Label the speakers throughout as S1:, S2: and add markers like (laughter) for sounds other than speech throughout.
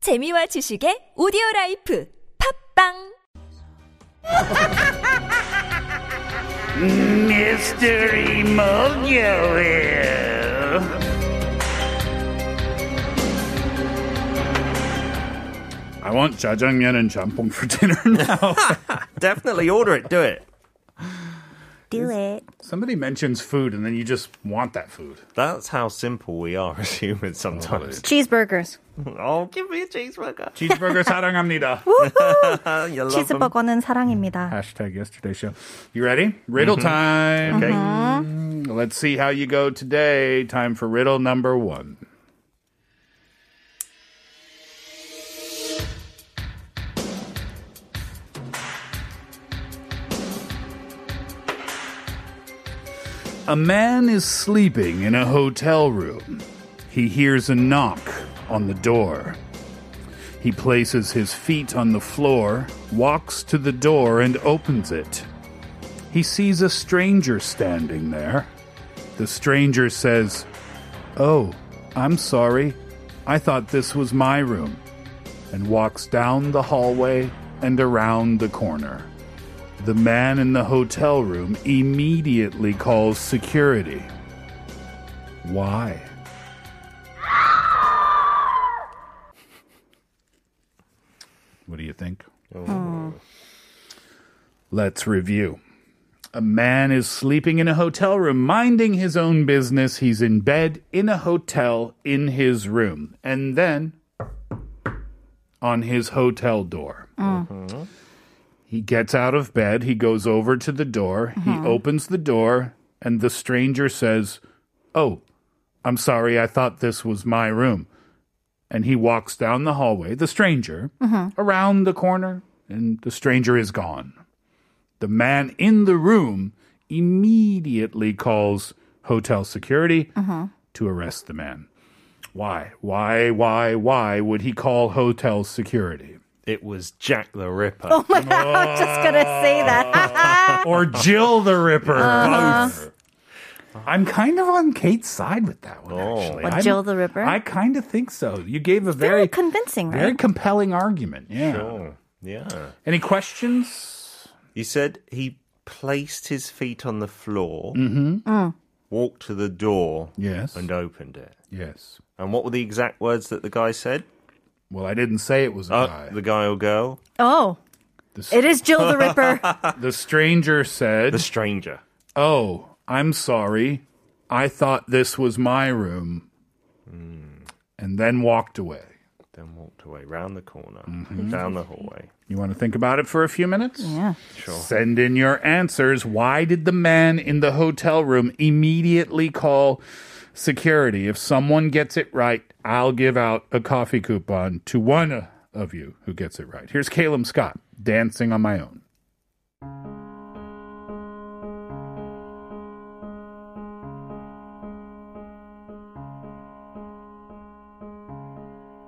S1: 재미와 지식의 오디오 라이프 팝빵!
S2: Mr. Emollio. I want jajangmyeon and jampong for dinner now.
S3: Definitely order it. Do it.
S4: Do it.
S2: (laughs) Somebody mentions food and then you just want that food.
S3: That's how simple we are as humans sometimes.
S4: Cheeseburgers.
S3: (laughs) Oh, give me a cheeseburger.
S2: Cheeseburger 사랑합니다.
S3: Uh, you love 'em.
S4: 치즈버거는
S3: (laughs)
S4: 사랑입니다. (laughs)
S2: Hashtag yesterday show. You ready? Riddle time.
S3: Okay.
S4: Mm-hmm.
S2: Let's see how you go today. Time for riddle number one. A man is sleeping in a hotel room. He hears a knock on the door. He places his feet on the floor, walks to the door, and opens it. He sees a stranger standing there. The stranger says, Oh, I'm sorry. I thought this was my room. And walks down the hallway and around the corner. The man in the hotel room immediately calls security. Why? What do you think? Let's review. A man is sleeping in a hotel room, minding his own business. He's in bed in a hotel in his room. And then on his hotel door. He gets out of bed. He goes over to the door. He opens the door, and the stranger says, Oh, I'm sorry. I thought this was my room. And he walks down the hallway, the stranger, around the corner, and the stranger is gone. The man in the room immediately calls hotel security
S4: Uh-huh.
S2: to arrest the man. Why? Why, why, why would he call hotel security?
S3: It was Jack the Ripper.
S4: Oh. I was just gonna say
S3: (laughs)
S4: that.
S2: or Jill the Ripper.
S4: Uh-huh.
S2: Both. I'm kind of on Kate's side with that one,
S3: Oh.
S2: actually.
S4: What,
S2: I'm-
S4: Jill the Ripper?
S2: I kind of think so. You gave a
S4: Very
S2: very,
S4: convincing,
S2: very
S4: right?
S2: compelling argument. Yeah.
S3: Oh, yeah.
S2: Any questions?
S3: You said he placed his feet on the floor,
S4: Mm.
S3: walked to the door,
S2: Yes.
S3: and opened it.
S2: Yes.
S3: And what were the exact words that the guy said?
S2: Well, I didn't say it was a
S3: Uh,
S2: guy.
S3: The guy or girl?
S4: Oh,
S2: This-
S4: it is Jill the
S3: (laughs)
S4: Ripper.
S2: The stranger said,
S3: The stranger. (laughs)
S2: "Oh, I'm sorry. I thought this was my room," and then walked away.
S3: Then walked away round the corner, down the hallway.
S2: You want to think about it for a few minutes?
S4: yeah.
S2: Send in your answers. Why did the man in the hotel room immediately call security? If someone gets it right, I'll give out a coffee coupon to one of you who gets it right. Here's Caleb Scott dancing on my own.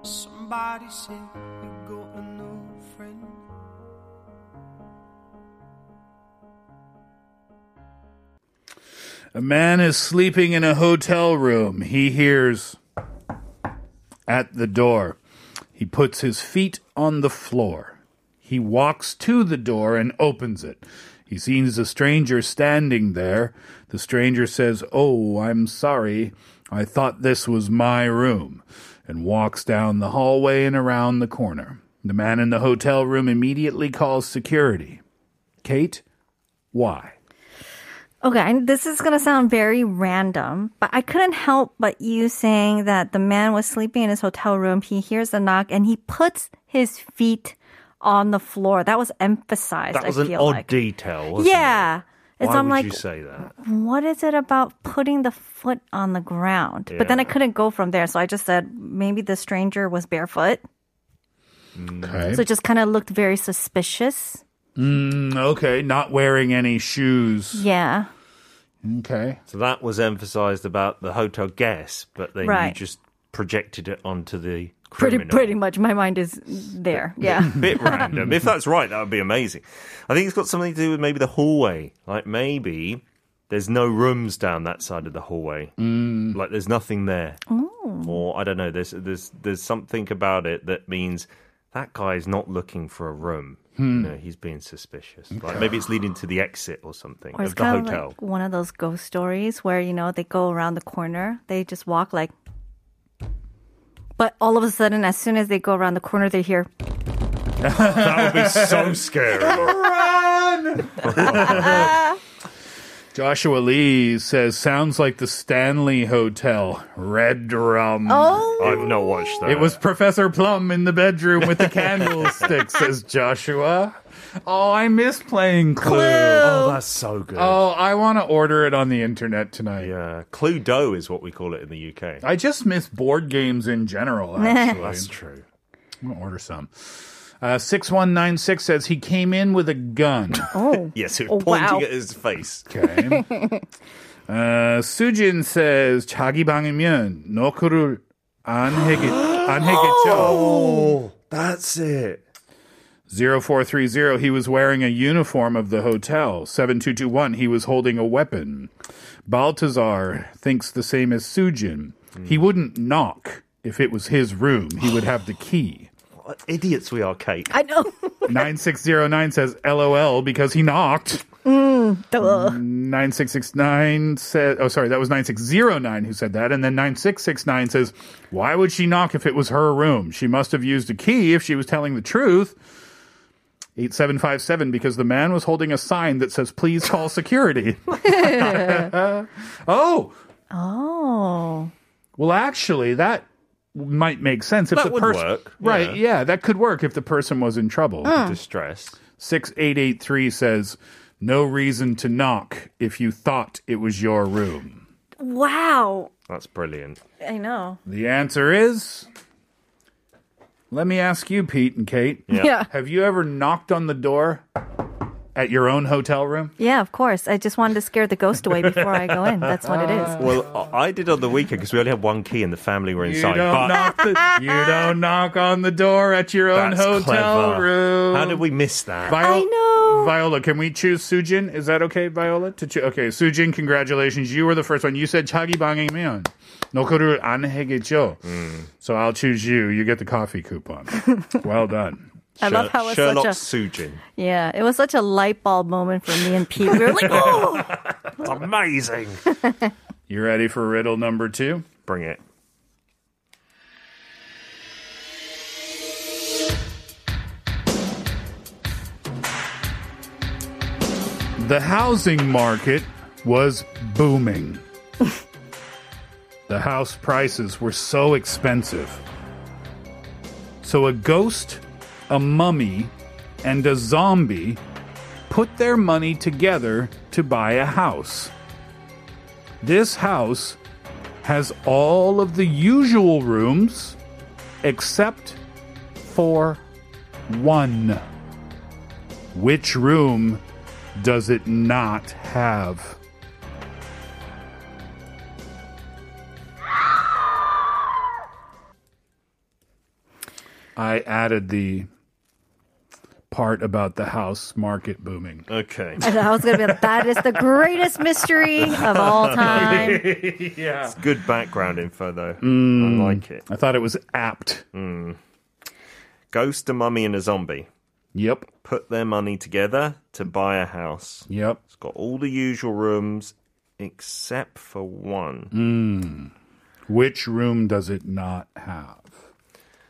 S5: Somebody said you got a new friend.
S2: A man is sleeping in a hotel room. He hears at the door. He puts his feet on the floor. He walks to the door and opens it. He sees a stranger standing there. The stranger says, Oh, I'm sorry. I thought this was my room. And walks down the hallway and around the corner. The man in the hotel room immediately calls security. Kate, why?
S4: Okay, and this is gonna sound very random, but I couldn't help but you saying that the man was sleeping in his hotel room. He hears a knock and he puts his feet on the floor. That was emphasized.
S3: That was
S4: I
S3: an
S4: feel
S3: odd
S4: like.
S3: detail, wasn't it?
S4: Yeah. And
S3: Why
S4: so I'm
S3: would
S4: like,
S3: you say that?
S4: what is it about putting the foot on the ground? But then I
S3: Yeah.
S4: couldn't go from there, so I just said maybe the stranger was barefoot.
S2: Okay.
S4: So it just kind of looked very suspicious.
S2: Okay, not wearing any shoes.
S4: Yeah.
S2: Okay.
S3: So that was emphasised about the hotel guest, but then you
S4: Right.
S3: just projected it onto the
S4: Pretty
S3: criminal.
S4: pretty much my mind is there. Yeah.
S3: (laughs) Bit random. If that's right, that would be amazing. I think it's got something to do with maybe the hallway. Like
S4: Mm. Oh.
S3: maybe there's no rooms down that side of the hallway. Like there's nothing there. or I don't know. There's there's there's something about it that means that guy is not looking for a room.
S4: Hmm.
S3: You know, he's being suspicious. Like maybe it's leading to the exit or something
S4: Or it's
S3: of the
S4: kind of
S3: hotel.
S4: like one of those ghost stories where, you know, they go around the corner, they just walk like. But all of a sudden, as soon as they go around the corner, they hear.
S3: That would be so
S4: (laughs)
S2: (laughs)
S3: scary.
S2: Run! Joshua Lee says, sounds like the Stanley Hotel. Red drum.
S4: Oh!
S3: I've not watched that.
S2: It was Professor Plum in the bedroom (laughs) with the candlestick, says Joshua. Oh, I miss playing Clue.
S3: Oh, that's so good.
S2: Oh, I want to order it on the internet tonight.
S3: Yeah, Cluedo is what we call it in the UK.
S2: I just miss board games in general, actually.
S3: That's true.
S2: I'm going to order some. Uh, 6196 says he came in with a gun.
S3: Yes, it
S4: Oh,
S3: was pointing
S4: wow.
S3: at his face.
S2: Okay. uh, Sujin says 자기 방이면 노크를 안 해겠 안 해겠죠.
S3: Oh, that's it.
S2: 0430 he was wearing a uniform of the hotel. 7221 he was holding a weapon. Baltazar thinks the same as Sujin.
S3: Hmm.
S2: He wouldn't knock if it was his room. He would have the key.
S3: What idiots we are, Kate.
S4: I know.
S2: 9609 says LOL because he knocked.
S4: Duh.
S2: 9669 said, oh, sorry, that was 9609 who said that. And then 9669 says, why would she knock if it was her room? She must have used a key if she was telling the truth. 8757, because the man was holding a sign that says, please call security. (laughs) oh,
S4: oh.
S2: well, actually, that might make sense if
S3: That
S2: the
S3: would
S2: person
S3: work,
S2: right
S3: yeah.
S2: yeah. that could work if the person was in trouble
S3: Distress.
S2: 6883 says no reason to knock if you thought it was your room
S4: Wow.
S3: That's brilliant.
S4: I know.
S2: The answer is. Let me ask you, Pete and Kate.
S4: Yeah.
S2: Have you ever knocked on the door at your own hotel room?
S4: Yeah, of course. I just wanted to scare the ghost away before I go in. That's what it
S3: Ah.
S4: is.
S3: Well, I I did on the weekend because we only had one key and the family were
S2: You
S3: inside.
S2: don't,
S3: but
S2: knock the, you don't knock on the door at your own
S3: that's
S2: hotel
S3: clever.
S2: room.
S3: How did we miss that?
S2: Viola,
S4: I know.
S2: Viola, can we choose Sujin? Is that okay, Viola? To choo- okay, Sujin, congratulations. You were the first one. You said 자기 방이면 노크를 안 해겠죠. So I'll choose you. You get the coffee
S4: (laughs)
S2: coupon. well done.
S4: I love how it's
S3: Sherlock
S4: such a
S3: Sujin.
S4: yeah. It was such a light bulb moment for me and Pete. We were like, oh,
S3: It's amazing.
S2: You ready for riddle number two?
S3: Bring it.
S2: The housing market was booming. the house prices were so expensive. So a ghost, a mummy, and a zombie put their money together to buy a house. This house has all of the usual rooms except for one. Which room does it not have? I added the part about the house market booming.
S3: Okay.
S4: I was gonna be like, that is the greatest mystery of
S2: (laughs)
S4: all time.
S3: It's good background info, though. I like it.
S2: I thought it was apt.
S3: Ghost, a mummy, and a zombie
S2: Yep.
S3: put their money together to buy a house.
S2: Yep.
S3: It's got all the usual rooms except for one.
S2: Mm. Which room does it not have?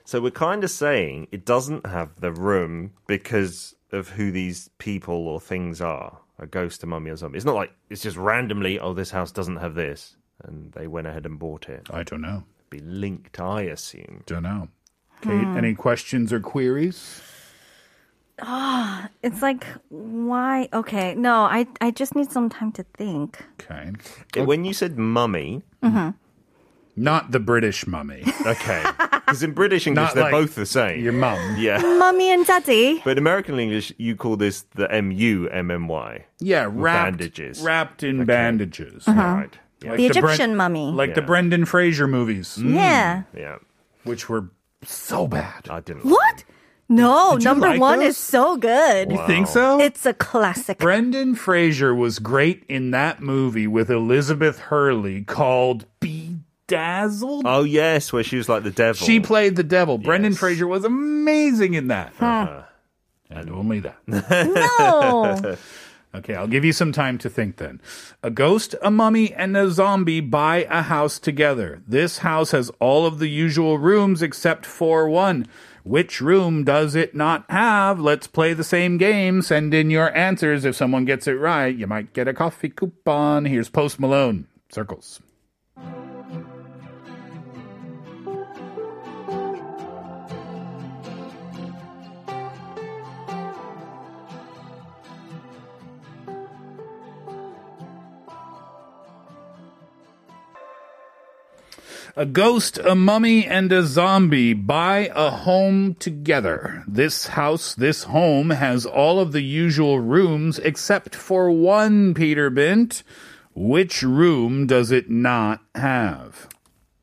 S3: So we're kind of saying it doesn't have the room because of who these people or things are a ghost, a mummy, or something. It's not like it's just randomly, oh, this house doesn't have this. And they went ahead and bought it.
S2: I don't know.
S3: Be linked, I assume.
S2: Don't know. Kate, any questions or queries?
S4: It's like, why? Okay, no, I I just need some time to think.
S2: Okay.
S3: When you said mummy,
S2: Not the British mummy. (laughs)
S3: okay, because in British English
S2: Not
S3: they're
S2: like
S3: both the same.
S2: Your
S3: (laughs)
S2: mum.
S3: Yeah.
S4: Mummy and Daddy.
S3: But in American English, you call this the M U M M Y.
S2: Yeah, wrapped
S3: bandages.
S2: Wrapped in bandages.
S3: Right. Yeah.
S2: Like
S4: The
S2: Bren-
S4: Egyptian mummy.
S2: like the
S3: Yeah.
S2: Brendan Fraser movies,
S4: yeah.
S3: yeah.
S2: which were so bad.
S3: I didn't.
S4: What? No,
S2: Did you
S4: number
S2: like
S4: one
S2: those?
S4: is so good.
S2: You think so?
S4: It's
S2: (laughs)
S4: a classic.
S2: Brendan Fraser was great in that movie with Elizabeth Hurley called Be Dazzled?
S3: Oh yes, where she was like the devil.
S2: She played the devil. Brendan
S3: Yes.
S2: Fraser was amazing in that. Uh-huh. And only that.
S4: No.
S2: Okay, I'll give you some time to think then. A ghost, a mummy, and a zombie buy a house together. This house has all of the usual rooms except for one. Which room does it not have? Let's play the same game. Send in your answers. If someone gets it right, you might get a coffee coupon. Here's Post Malone. Circles. A ghost, a mummy, and a zombie buy a home together. This house, this home has all of the usual rooms except for one, Peter Bint. Which room does it not have?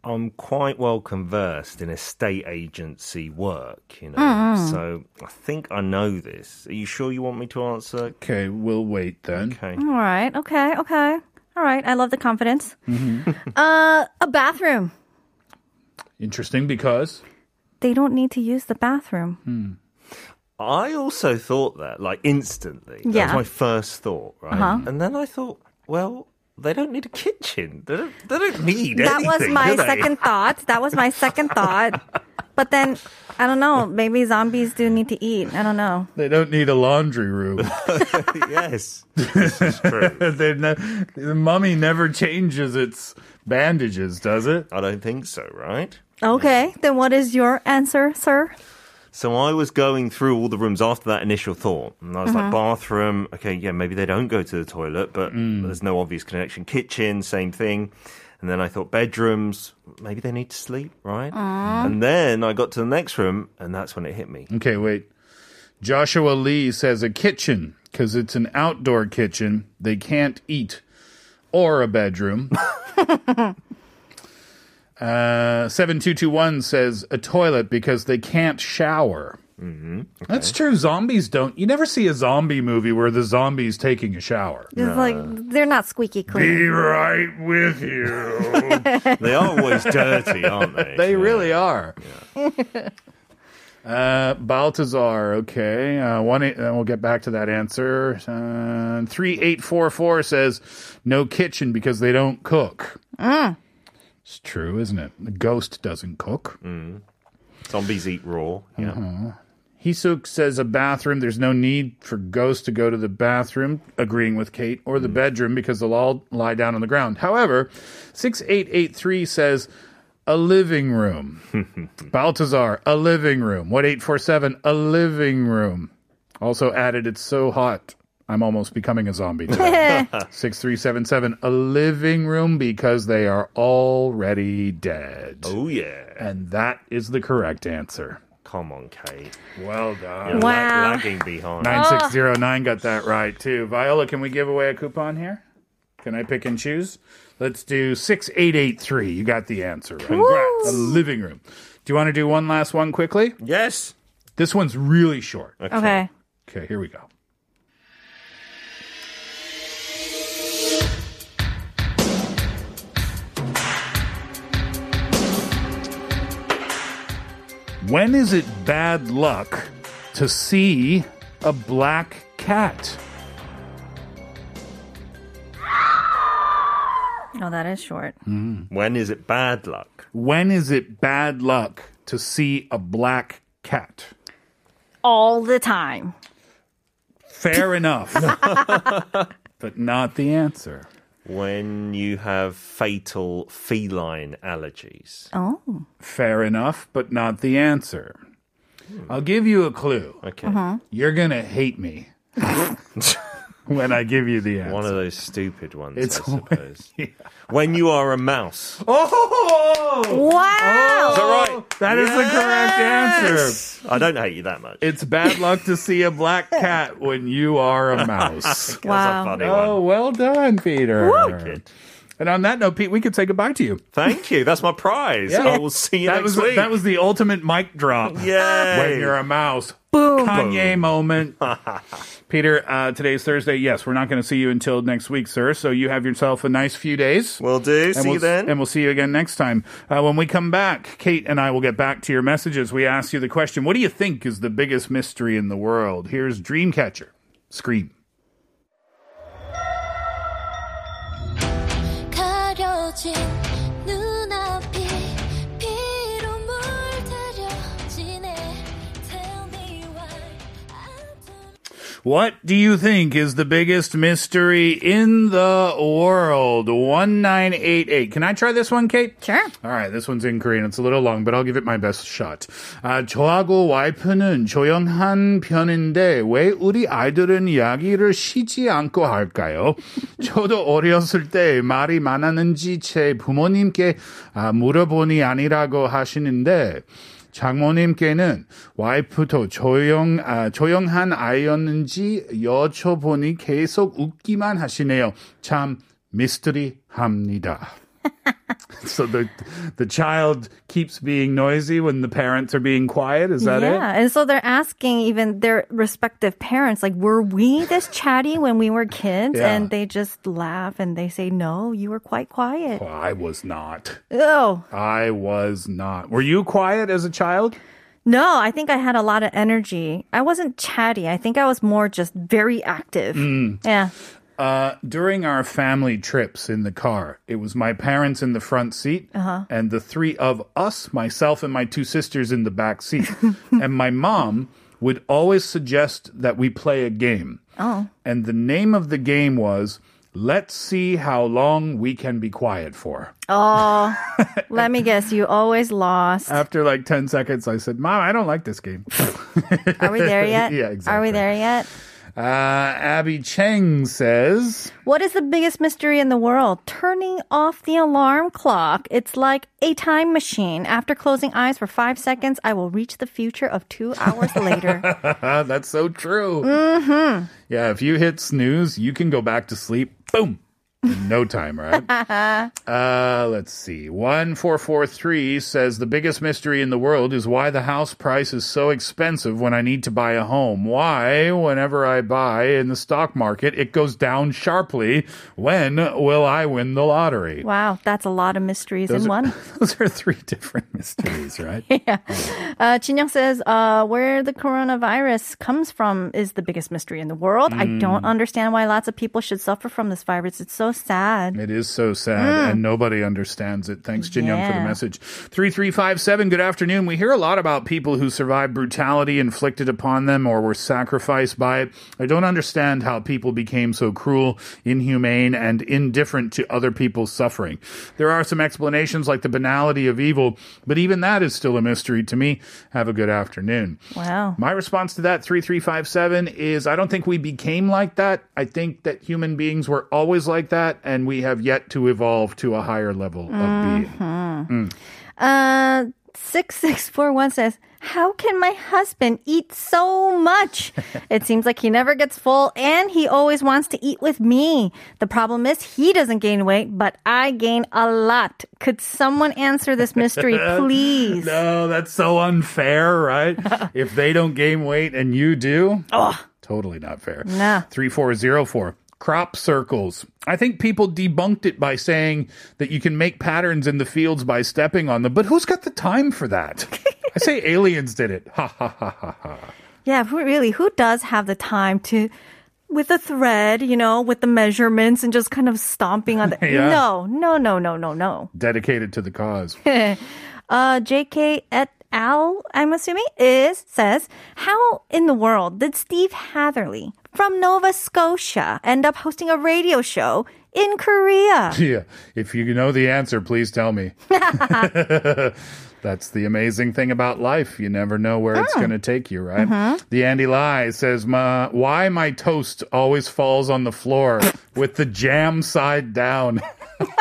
S3: I'm quite well conversed in estate agency work, you know.
S4: Mm-hmm.
S3: So I think I know this. Are you sure you want me to answer?
S2: Okay, we'll wait then.
S3: Okay.
S4: All right. Okay. Okay. All right. I love the confidence.
S2: Mm-hmm.
S4: uh, a bathroom.
S2: Interesting because
S4: They don't need to use the bathroom.
S3: I also thought that, like instantly. That
S4: Yeah. Uh-huh.
S3: was my first thought, right? And then I thought, well, they don't need a kitchen. They don't, they don't need
S4: that
S3: anything.
S4: was my
S3: do they?
S4: second thought. That was my second thought. But then, I don't know. Maybe zombies do need to eat. I don't know.
S2: they don't need a laundry (laughs) room.
S3: (laughs) yes, this is
S4: (laughs)
S3: true.
S2: They're no- the mummy never changes its bandages, does it?
S3: I don't think so, right?
S4: Okay. Then what is your answer, sir?
S3: So I was going through all the rooms after that initial thought, and I was like,
S4: Mm-hmm.
S3: bathroom, okay, yeah, maybe they don't go to the toilet, but
S2: Mm.
S3: there's no obvious connection. Kitchen, same thing. And then I thought, bedrooms, maybe they need to sleep, right? And then I got to the next room, and that's when it hit me.
S2: Okay, wait. Joshua Lee says a kitchen because it's an outdoor kitchen. They can't eat or a bedroom. uh, 7221 says a toilet because they can't shower. Mm-hmm. That's true. Zombies don't. You never see a zombie movie where the zombie's taking a shower.
S4: It's like they're not squeaky
S2: (laughs)
S4: clean.
S2: Be right with you.
S3: They are
S2: (laughs)
S3: always dirty, aren't they?
S2: They
S3: Yeah.
S2: really are. (laughs) uh, Baltazar, okay. Uh, one, eight, uh, we'll get back to that answer. Uh, three eight four four says no kitchen because they don't cook. It's true, isn't it? The ghost doesn't cook.
S3: Zombies eat raw. Yeah.
S2: Mm-hmm. Hisook says a bathroom. There's no need for ghosts to go to the bathroom, agreeing with Kate, or the bedroom because they'll all lie down on the ground. However, 6883 says a living room. (laughs) Baltazar, a living room. What 847? A living room. Also added, it's so hot. I'm almost becoming a zombie. (laughs) today." 6377, a living room because they are already dead.
S3: Oh, yeah.
S2: And that is the correct answer.
S3: Come on, Kate.
S2: Well done.
S3: You're lag-
S4: Wow.
S3: lagging behind.
S2: 9609 got that right too. Viola, can we give away a coupon here? Can I pick and choose? Let's do 6883. You got the answer right.
S3: Congrats.
S2: A living room. Do you want to do one last one quickly?
S3: Yes.
S2: This one's really short.
S4: Okay.
S2: Okay, here we go. When is it bad luck to see a black cat?
S4: No, Oh, that is short.
S3: When is it bad luck?
S2: When is it bad luck to see a black cat?
S4: All the time.
S2: Fair enough, but not the answer.
S3: When you have fatal feline allergies.
S4: Oh.
S2: Fair enough, but not the answer. I'll give you a clue.
S3: Okay.
S4: uh-huh.
S2: You're going to hate
S3: (laughs)
S2: me when I give you the answer.
S3: One of those stupid ones,
S2: It's (laughs)
S3: I suppose. When you are a mouse.
S2: oh!
S4: Wow.
S3: right?
S2: That is the correct answer.
S3: I don't hate you that much.
S2: It's bad luck to see a black cat when you are a
S3: (laughs)
S2: mouse.
S3: That was
S4: Wow.
S3: a funny
S2: oh,
S3: one.
S2: well done, Peter.
S3: Wicked.
S2: And on that note, Pete, we could say goodbye to you.
S3: Thank you. That's my prize.
S2: Yeah.
S3: I will see you
S2: that was
S3: next week.
S2: that was the ultimate mic drop.
S3: Yay.
S2: When you're a mouse.
S4: Boom.
S3: (laughs)
S2: Kanye moment. Peter, uh, today's Thursday. Yes, we're not going to see you until next week, sir. So you have yourself a nice few days.
S3: Will do.
S2: And
S3: See
S2: we'll,
S3: you then.
S2: And we'll see you again next time. Uh, when we come back, Kate and I will get back to your messages. We ask you the question What do you think is the biggest mystery in the world? Here's Dreamcatcher Scream.
S6: 가려진 눈앞이 피로 물들여 지네 Tell me why I'm too
S2: What do you think is the biggest mystery in the world? 1988. Can I try this one, Kate?
S4: Sure.
S2: All right, this one's in Korean. It's a little long, but I'll give it my best shot. 아, 저하고 와이프는 조용한 편인데 왜 우리 아이들은 이야기를 쉬지 않고 할까요? 저도 어렸을 때 말이 많았는지 제 부모님께 아, 물어보니 아니라고 하시는데 장모님께는 와이프도 조용 아, 조용한 아이였는지 여쭤보니 계속 웃기만 하시네요. 참 미스터리합니다. So the the child keeps being noisy when the parents are being quiet. Is that
S4: yeah,
S2: it?
S4: and so they're asking even their respective parents, like, were we this chatty when we were kids?
S2: Yeah.
S4: And they just laugh and they say, no, you were quite quiet.
S2: Well, I was not.
S4: Oh,
S2: I was not. Were you quiet as a child?
S4: no, I think I had a lot of energy. I wasn't chatty. I think I was more just very active.
S2: Mm.
S4: Yeah.
S2: Uh, during our family trips in the car, it was my parents in the front seat and the three of us, myself and my two sisters in the back seat. and my mom would always suggest that we play a game. Oh. And the name of the game was Let's See How Long We Can Be Quiet For.
S4: Oh, (laughs) let me guess. You always lost.
S2: After like 10 seconds, I said, Mom, I don't like this game.
S4: Are we there
S2: (laughs)
S4: yet?
S2: Yeah,
S4: Are
S2: exactly.
S4: we there yet?
S2: (laughs) Uh, Abby Cheng says.
S4: What is the biggest mystery in the world? Turning off the alarm clock. It's like a time machine. After closing eyes for five seconds, I will reach the future of two hours later.
S2: (laughs) Uh, that's so true. Mm-hmm. Yeah, if you hit snooze, you can go back to sleep. Boom. In no time, right? uh, let's see. 1443 says the biggest mystery in the world is why the house price is so expensive when I need to buy a home. Why, whenever I buy in the stock market, it goes down sharply. When will I win the lottery?
S4: wow, that's a lot of mysteries in one.
S2: (laughs) Those are three different mysteries, right?
S4: Uh, Chinyoung says, uh, where the coronavirus comes from is the biggest mystery in the world. I don't understand why lots of people should suffer from this virus. It's so sad.
S2: It is so sad, and nobody understands it. Thanks, Jin Young, for the
S4: Yeah.
S2: message. 3357, good afternoon. We hear a lot about people who survived brutality inflicted upon them or were sacrificed by it. I don't understand how people became so cruel, inhumane, and indifferent to other people's suffering. There are some explanations like the banality of evil, but even that is still a mystery to me. Have a good afternoon.
S4: Wow.
S2: My response to that 3357 is I don't think we became like that. I think that human beings were always like that and we have yet to evolve to a higher level of being.
S4: Uh, (laughs) 6641 says, How can my husband eat so much? it seems like he never gets full and he always wants to eat with me. The problem is he doesn't gain weight, but I gain a lot. Could someone answer this mystery, please?
S2: No, Oh, that's so unfair, right? if they don't gain weight and you do, totally not fair.
S4: Nah.
S2: 3404. Crop circles. I think people debunked it by saying that you can make patterns in the fields by stepping on them, but who's got the time for that? I say aliens did it. Ha ha ha ha ha.
S4: Yeah, who really, who does have the time to, with a thread, you know, with the measurements and just kind of stomping on the.
S2: (laughs) Yeah.
S4: No, no, no, no, no, no.
S2: Dedicated to the cause.
S4: uh, JK et al., I'm assuming, is says, How in the world did Steve Hatherley from Nova Scotia end up hosting a radio show in Korea?
S2: Yeah. If you know the answer, please tell me. (laughs) That's the amazing thing about life. You never know where it's going to take you, right? The Andy Lie says, my, Why my toast always falls on the floor with the jam side down?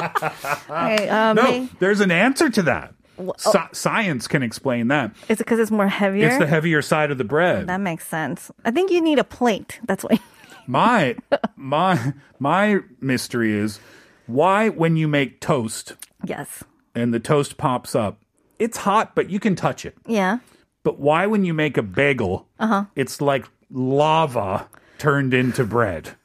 S2: (laughs)
S4: Okay,
S2: Ah,
S4: uh,
S2: no,
S4: may-
S2: there's an answer to that. Sci- science can explain that.
S4: Is it because it's more heavier?
S2: It's the heavier side of the bread.
S4: that makes sense. I think you need a plate. That's why. (laughs)
S2: my my my mystery is why when you make toast
S4: yes.
S2: and the toast pops up, it's hot but you can touch it.
S4: Yeah.
S2: But why, when you make a bagel, it's like lava turned into bread.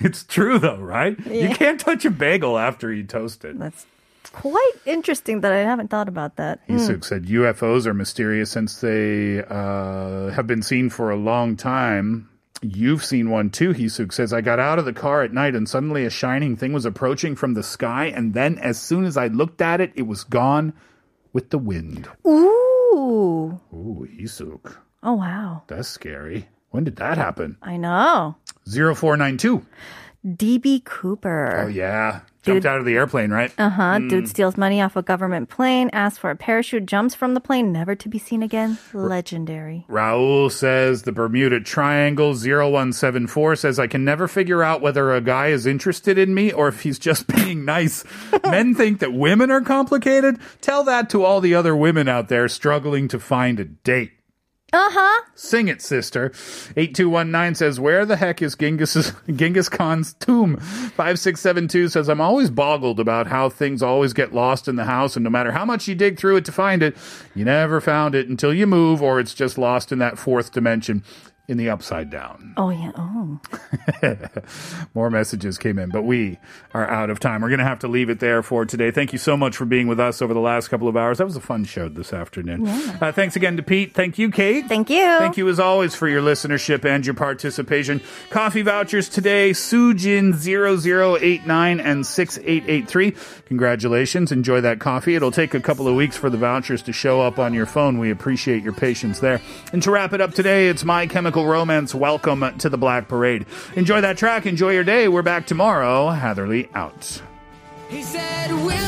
S2: it's true though, right? You can't touch a bagel after you toast it.
S4: That's quite interesting that I haven't thought about that.
S2: Isuk said UFOs are mysterious since they uh, have been seen for a long time. You've seen one too, Hisuk says. I got out of the car at night and suddenly a shining thing was approaching from the sky. And then, as soon as I looked at it, it was gone with the wind.
S4: Ooh.
S2: Ooh, Hisuk.
S4: Oh, wow.
S2: That's scary. When did that happen?
S4: I know.
S2: 0492.
S4: DB Cooper.
S2: Oh, yeah. Mm. Jumped out of the airplane, right?
S4: Uh-huh. Dude steals money off a government plane, asks for a parachute, jumps from the plane, never to be seen again. Legendary.
S2: Raul says the Bermuda Triangle 0174 says I can never figure out whether a guy is interested in me or if he's just (laughs) being nice. Men think that women are complicated. Tell that to all the other women out there struggling to find a date.
S4: Uh-huh.
S2: Sing it, sister. 8219 says, Where the heck is Genghis, (laughs) Genghis Khan's tomb? 5672 says, I'm always boggled about how things always get lost in the house, and no matter how much you dig through it to find it, you never found it until you move, or it's just lost in that fourth dimension in the upside down.
S4: Oh, yeah. Oh.
S2: More messages came in, but we are out of time. We're going to have to leave it there for today. Thank you so much for being with us over the last couple of hours. That was a fun show this afternoon. Uh, thanks again to Pete. Thank you, Kate.
S4: Thank you.
S2: Thank you as always for your listenership and your participation. Coffee vouchers today, Sujin0089 and 6883. Congratulations. Enjoy that coffee. It'll take a couple of weeks for the vouchers to show up on your phone. We appreciate your patience there. And to wrap it up today, it's My Chemical Romance. Welcome to the Black Parade. Enjoy that track. Enjoy your day. We're back tomorrow. Hatherley out.
S5: He said, Will